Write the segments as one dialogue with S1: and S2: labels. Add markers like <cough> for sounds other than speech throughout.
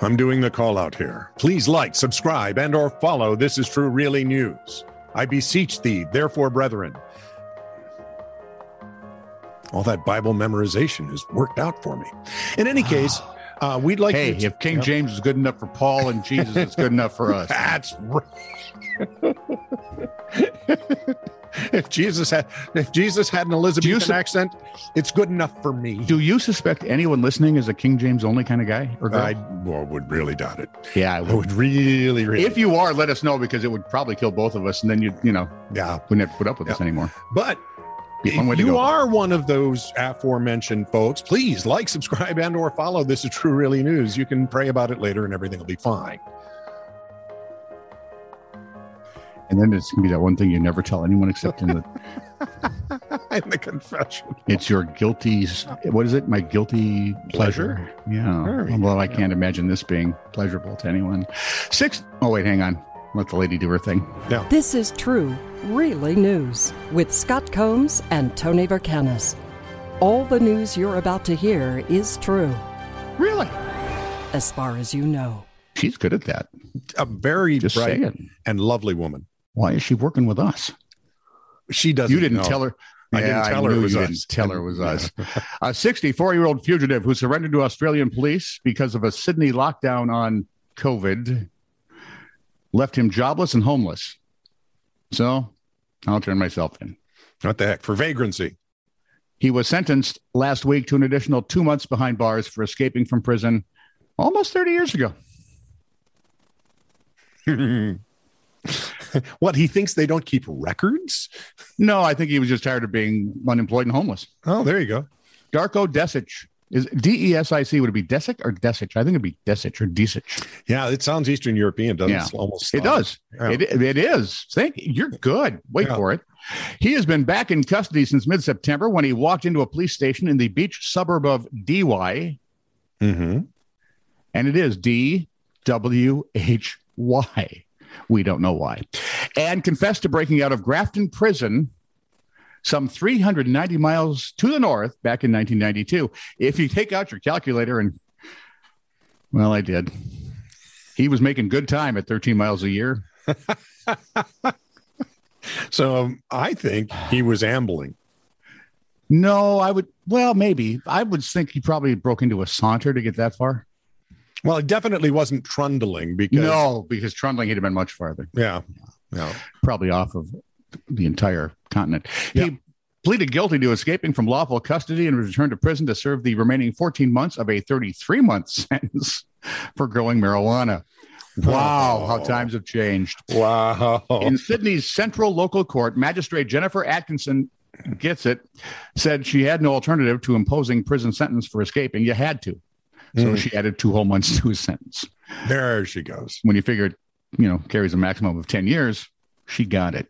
S1: I'm doing the call out here. Please like, subscribe, and or follow This Is True Really News. I beseech thee, therefore, brethren. All that Bible memorization has worked out for me. In
S2: <sighs>
S1: any case, uh, we'd like
S2: Hey,
S1: you to-
S2: if King
S1: Yep.
S2: James is good enough for Paul and Jesus is good enough for
S1: <laughs>
S2: us.
S1: That's right. if Jesus had if Jesus had an Elizabethan
S2: Juice-
S1: accent, it's good enough for me.
S2: <laughs> Do you suspect anyone listening is a King James only kind of guy or girl?
S1: I well, would really doubt it.
S2: yeah, I
S1: I would really, really.
S2: If you are, let us know because it would probably kill both of us, and then you you know
S1: yeah,
S2: wouldn't have to put up with
S1: Yeah.
S2: us anymore.
S1: but
S2: Be a fun way
S1: if
S2: to
S1: you
S2: go.
S1: are one of those aforementioned folks, please like, subscribe, and or follow. This is True Really News. You can pray about it later, and everything will be fine.
S2: and then it's gonna be that one thing you never tell anyone except in <laughs> the
S1: <laughs> In the confession,
S2: It's your guilty. What is it? My guilty pleasure.
S1: There we
S2: Yeah. Although I
S1: go.
S2: can't imagine this being pleasurable to anyone. Six oh wait, hang on. Let the lady do her thing.
S3: This is true, really news with Scott Combs and Tony Vercanis. All the news you're about to hear is true,
S2: Really?
S3: as far as you know.
S2: She's good at that.
S1: a very
S2: Just
S1: bright
S2: say it.
S1: and lovely woman.
S2: Why is she working with us?
S1: She doesn't.
S2: you didn't
S1: know.
S2: tell her.
S1: I didn't tell her it
S2: knew
S1: was
S2: you
S1: us.
S2: didn't tell
S1: <laughs>
S2: her it was us. A 64 year old fugitive who surrendered to Australian police because of a Sydney lockdown on COVID left him jobless and homeless. So I'll turn myself in.
S1: What the heck for vagrancy? <laughs>
S2: He was sentenced last week to an additional two months behind bars for escaping from prison almost 30 years ago.
S1: what he thinks they don't keep records?
S2: No, I think he was just tired of being unemployed and homeless.
S1: Oh, there you go.
S2: Darko Desic is D E S I C. Would it be Desic or Desic? I think it'd be Desic or Desic.
S1: Yeah, it sounds Eastern European, doesn't
S2: Yeah.
S1: it? Almost
S2: It does.
S1: Yeah.
S2: It, it is. Thank you're good. Wait
S1: Yeah.
S2: for it. He has been back in custody since mid September when he walked into a police station in the beach suburb of DY,
S1: Mm-hmm.
S2: and it is D W H Y. We don't know why. And confessed to breaking out of Grafton Prison some 390 miles to the north back in 1992. If you take out your calculator and, well, I did. He was making good time at 13 miles a year.
S1: So um, I think he was ambling.
S2: No, I would, well, maybe. I would think he probably broke into a saunter to get that far.
S1: Well, it definitely wasn't trundling because
S2: No, because Trundling, he'd have been much farther.
S1: yeah, no.
S2: probably off of the entire continent.
S1: Yeah.
S2: He pleaded guilty to escaping from lawful custody and was returned to prison to serve the remaining 14 months of a 33 month <laughs> sentence for growing marijuana. Wow, how
S1: Oh.
S2: times have changed.
S1: Wow.
S2: In Sydney's central local court, magistrate Jennifer Atkinson gets it said she had no alternative to imposing prison sentence for escaping. You had to. So
S1: Mm.
S2: she added two whole months <laughs> to his sentence.
S1: there she goes.
S2: When you figure it, you know, carries a maximum of 10 years, she got it.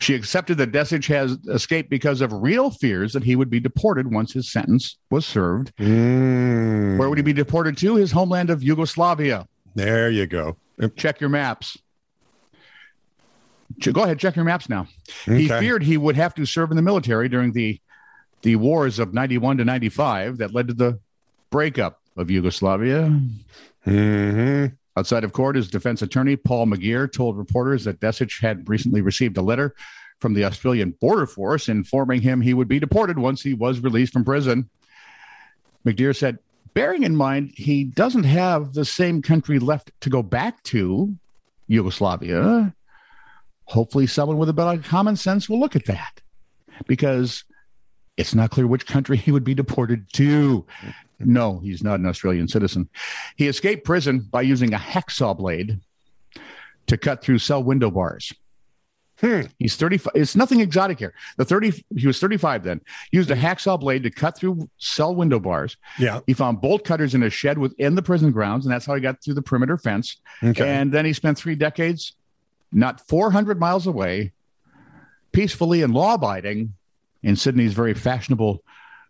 S2: She accepted that Desich has escaped because of real fears that he would be deported once his sentence was served.
S1: Mm.
S2: Where would he be deported to? His homeland of Yugoslavia.
S1: There you go.
S2: Check your maps. Ch- Go ahead, check your maps now. He
S1: Okay.
S2: feared he would have to serve in the military during the the wars of 91 to 95 that led to the breakup of Yugoslavia.
S1: Mhm.
S2: Outside of court, his defense attorney, Paul McGear, told reporters that Desich had recently received a letter from the Australian Border Force informing him he would be deported once he was released from prison. McGear said, bearing in mind he doesn't have the same country left to go back to, Yugoslavia, hopefully someone with a bit of common sense will look at that because it's not clear which country he would be deported to. No, he's not an Australian citizen. He escaped prison by using a hacksaw blade to cut through cell window bars.
S1: Hmm.
S2: He's 35. It's nothing exotic here. The 30, he was 35 then, used a hacksaw blade to cut through cell window bars.
S1: Yeah.
S2: He found bolt cutters in a shed within the prison grounds, and that's how he got through the perimeter fence.
S1: Okay.
S2: And then he spent three decades, not 400 miles away, peacefully and law abiding in Sydney's very fashionable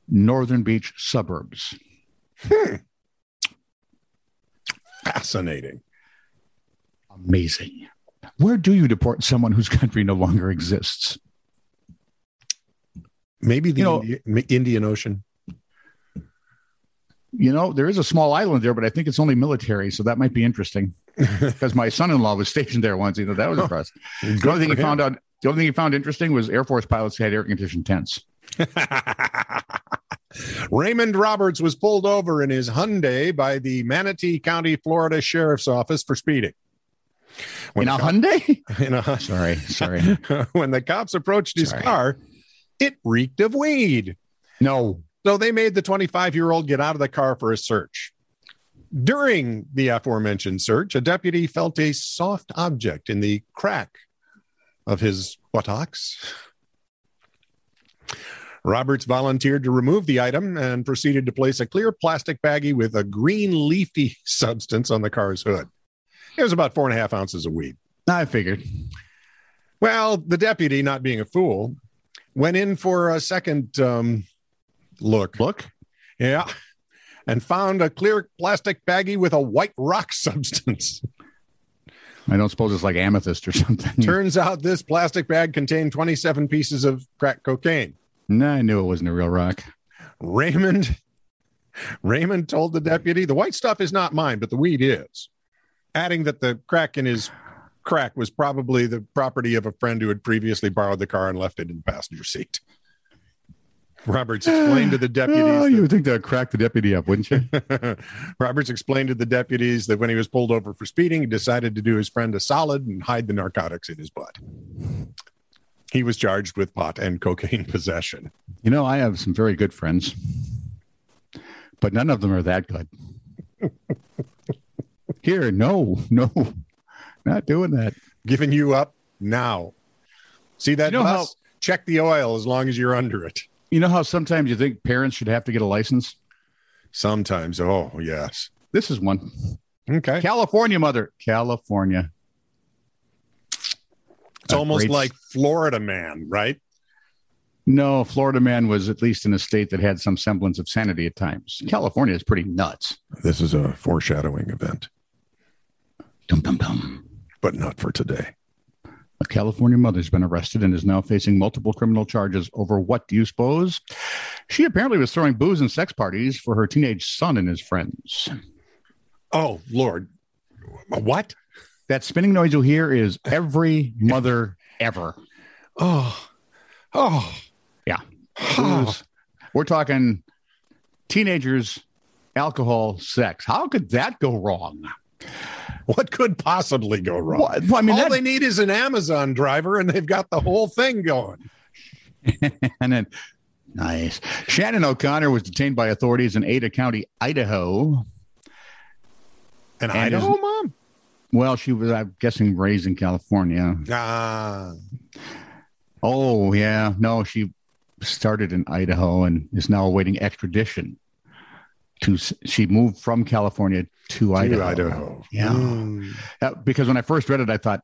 S2: Northern Beach suburbs.
S1: Fascinating.
S2: Amazing. Where do you deport someone whose country no longer exists?
S1: Maybe the
S2: You know-
S1: Indi- Indian Ocean.
S2: you know, there is a small island there, but I think it's only military, so that might be <laughs> interesting. Because my son-in-law was stationed there once, you know, that was impressive. the only thing he found out, the only thing he found interesting was Air Force pilots had air conditioned tents.
S1: <laughs> Raymond Roberts was pulled over in his Hyundai by the Manatee County, Florida Sheriff's Office for speeding. When
S2: in a
S1: the cop- <laughs>
S2: Hyundai? <laughs>
S1: in a Hyundai.
S2: sorry, sorry.
S1: <laughs> when the cops approached his
S2: Sorry.
S1: car, it reeked of weed.
S2: No.
S1: So they made the 25 year old get out of the car for a search. During the aforementioned search, a deputy felt a soft object in the crack of his buttocks. Roberts volunteered to remove the item and proceeded to place a clear plastic baggie with a green leafy <laughs> substance on the car's hood. It was about four and a half ounces of weed.
S2: I figured.
S1: Well, the deputy, not being a fool, went in for a second um, look.
S2: Look.
S1: Yeah. And found a clear plastic baggie with a white rock <laughs> substance.
S2: I don't suppose it's like amethyst or something.
S1: Turns out this plastic bag contained 27 pieces of crack cocaine.
S2: No, I knew it wasn't a real rock. <gasps>
S1: Raymond Raymond told the deputy, "The white stuff is not mine, but the weed is." Adding that the crack in his crack was probably the property of a friend who had previously borrowed the car and left it in the passenger seat.
S2: <sighs>
S1: Roberts explained to the deputies
S2: Oh,
S1: that-
S2: you would think that would crack the deputy up, wouldn't you?
S1: <laughs> Roberts explained to the deputies that when he was pulled over for speeding, he decided to do his friend a solid and hide the narcotics in his butt. He was charged with pot and cocaine possession.
S2: You know, I have some very good friends, but none of them are that good. Here, no, no, not doing that.
S1: Giving you up now. See that
S2: You know
S1: bus? Check the oil as long as you're under it.
S2: You know how sometimes you think parents should have to get a license?
S1: Sometimes. Oh, yes.
S2: This is one.
S1: Okay.
S2: California mother. California.
S1: It's almost
S2: Great-
S1: like Florida man, right?
S2: No, Florida man was at least in a state that had some semblance of sanity at times. California is pretty nuts.
S1: This is a foreshadowing event,
S2: Dum dum dum.
S1: but not for today.
S2: A California mother's been arrested and is now facing multiple criminal charges over what do you suppose? She apparently was throwing booze and sex parties for her teenage son and his friends.
S1: Oh, Lord. What?
S2: That spinning noise you'll hear is every mother ever.
S1: Oh, oh,
S2: Yeah.
S1: Oh.
S2: Booze. We're talking teenagers, alcohol, sex. How could that go wrong?
S1: <sighs> What could possibly go wrong?
S2: Well, well, I mean,
S1: All
S2: that,
S1: they need is an Amazon driver, and they've got the whole thing going.
S2: and then nice. Shannon O'Connor was detained by authorities in Ada County, Idaho.
S1: And,
S2: And
S1: Idaho,
S2: his-
S1: mom.
S2: Well, she was, I'm guessing, raised in California.
S1: Ah,
S2: Oh, yeah. No, she started in Idaho and is now awaiting extradition. To she moved from California to
S1: to
S2: Idaho.
S1: Idaho.
S2: Yeah.
S1: Mm.
S2: Uh, because when I first read it, I thought,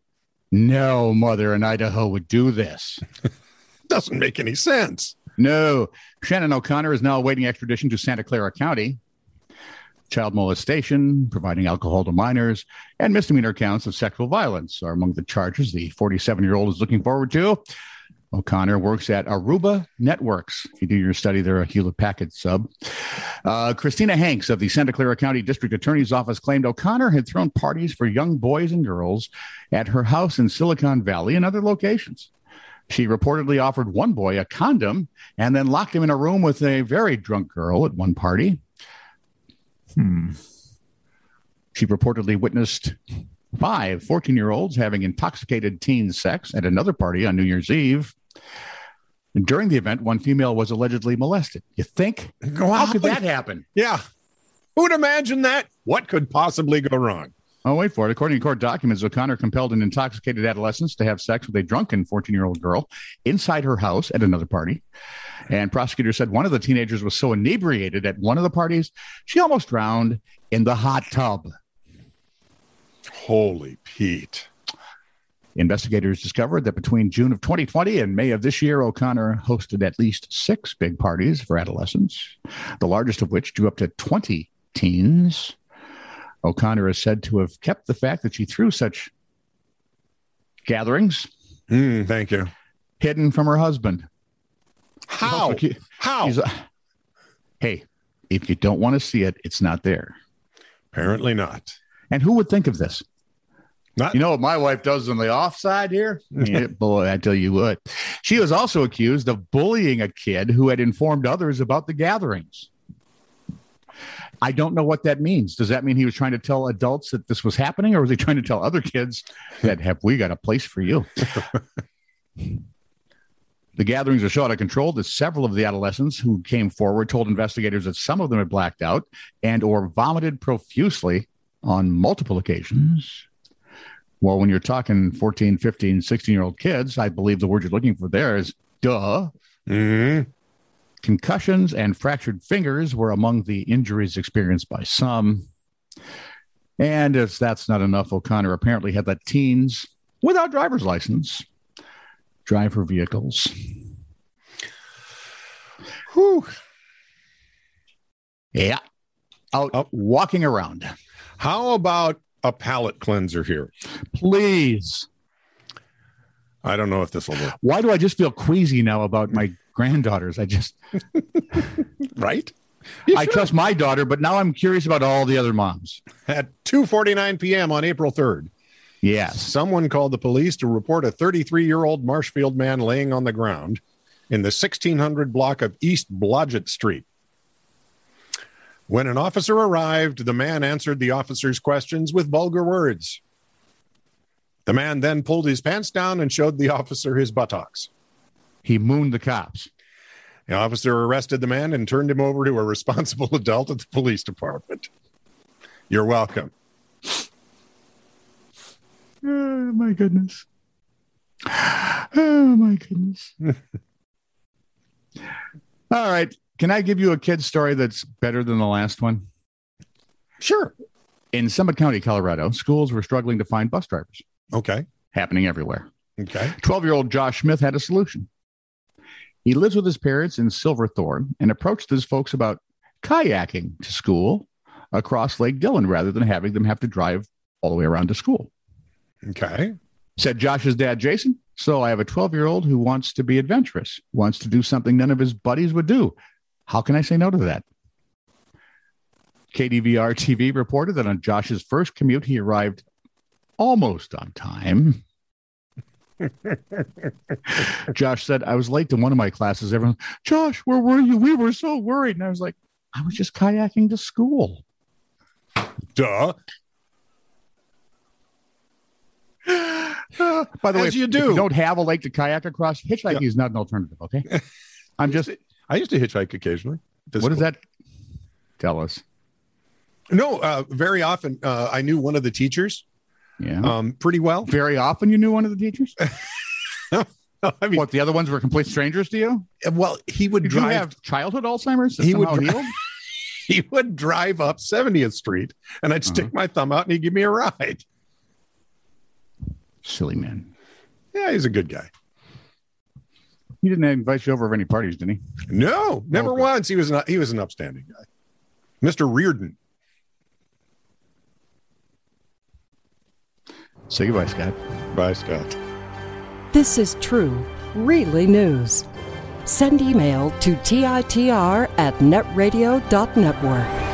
S2: no mother in Idaho would do this.
S1: doesn't make any sense.
S2: No, Shannon O'Connor is now awaiting extradition to Santa Clara County. Child molestation, providing alcohol to minors, and misdemeanor counts of sexual violence are among the charges the 47 year old is looking forward to. O'Connor works at Aruba Networks. If you do your study, they're a Hewlett Packard sub. Uh, Christina Hanks of the Santa Clara County District Attorney's Office claimed O'Connor had thrown parties for young boys and girls at her house in Silicon Valley and other locations. She reportedly offered one boy a condom and then locked him in a room with a very drunk girl at one party. Hmm. She reportedly witnessed five 14 year olds having intoxicated teen sex at another party on New Year's Eve. During the event, one female was allegedly molested. You think? How could that happen?
S1: Yeah. Who'd imagine that? What could possibly go wrong?
S2: Oh, wait for it. According to court documents, O'Connor compelled an intoxicated adolescent to have sex with a drunken 14 year old girl inside her house at another party. And prosecutors said one of the teenagers was so inebriated at one of the parties, she almost drowned in the hot tub.
S1: Holy Pete.
S2: Investigators discovered that between June of 2020 and May of this year, O'Connor hosted at least six big parties for adolescents, the largest of which drew up to 20 teens. O'Connor is said to have kept the fact that she threw such gatherings
S1: Mm, thank you.
S2: hidden from her husband.
S1: How?
S2: She's also acu-
S1: How?
S2: she's, uh, hey, If you don't want to see it, it's not there.
S1: Apparently not.
S2: And who would think of this?
S1: Not
S2: You know what my wife does on the offside here? Yeah, <laughs> boy, I tell you what. She was also accused of bullying a kid who had informed others about the gatherings. I don't know what that means. Does that mean he was trying to tell adults that this was happening, or was he trying to tell other kids that have we got a place for you? the gatherings are so out of control that several of the adolescents who came forward told investigators that some of them had blacked out and or vomited profusely on multiple occasions. Well, when you're talking 14, 15, 16 year old kids, I believe the word you're looking for there is duh.
S1: Mhm.
S2: Concussions and fractured fingers were among the injuries experienced by some. And if that's not enough, O'Connor apparently had let teens without driver's license drive her vehicles.
S1: Whew.
S2: Yeah. Out
S1: Oh.
S2: walking around.
S1: How about a palate cleanser here?
S2: Please.
S1: I don't know if this will work.
S2: Why do I just feel queasy now about my granddaughters? I just,
S1: Right?
S2: I trust my daughter, but now I'm curious about all the other moms.
S1: At 2:49 p.m. on April 3rd,
S2: Yes.
S1: someone called the police to report a 33-year-old Marshfield man laying on the ground in the 1600 block of East Blodgett Street. When an officer arrived, the man answered the officer's questions with vulgar words. The man then pulled his pants down and showed the officer his buttocks.
S2: He mooned the cops.
S1: The officer arrested the man and turned him over to a responsible <laughs> adult at the police department. You're welcome.
S2: Oh my goodness. Oh my goodness. <laughs> All right. Can I give you a kid story that's better than the last one?
S1: Sure.
S2: In Summit County, Colorado, schools were struggling to find bus drivers,
S1: Okay.
S2: happening everywhere.
S1: Okay.
S2: 12 year old Josh Smith had a solution. He lives with his parents in Silverthorne and approached his folks about kayaking to school across Lake Dillon rather than having them have to drive all the way around to school.
S1: Okay.
S2: said Josh's dad, Jason. So I have a 12 year old who wants to be adventurous, wants to do something none of his buddies would do. How can I say no to that? KDVR TV reported that on Josh's first commute, he arrived almost on time. Josh said, I was late to one of my classes. Everyone, Josh, where were you? We were so worried. And I was like, I was just kayaking to school.
S1: Duh.
S2: By the
S1: As
S2: way, if-
S1: you
S2: if
S1: do.
S2: don't have a lake to kayak across, hitchhiking
S1: Yeah.
S2: is not an alternative.
S1: <laughs>
S2: Okay, I'm just.
S1: I used to hitchhike occasionally.
S2: What does that tell us?
S1: No, uh, very often uh, I knew one of the teachers
S2: Yeah.
S1: um, pretty well.
S2: Very often, you knew one of the teachers.
S1: <laughs> I mean,
S2: what the other ones were complete strangers to you?
S1: well, he would
S2: Did
S1: drive.
S2: you have childhood Alzheimer's? that
S1: He would
S2: somehow
S1: dri-
S2: healed?
S1: <laughs> he would drive up 70th Street, and I'd stick my thumb out, and he'd give me a ride.
S2: Silly man.
S1: Yeah, he's a good guy.
S2: He didn't invite you over for any parties, did he?
S1: No, never
S2: Okay.
S1: once. He was an he was an upstanding guy, Mister Reardon.
S2: Say goodbye, Scott.
S1: Bye, Scott.
S3: This is true, really news. Send email to TITR at netradio.network.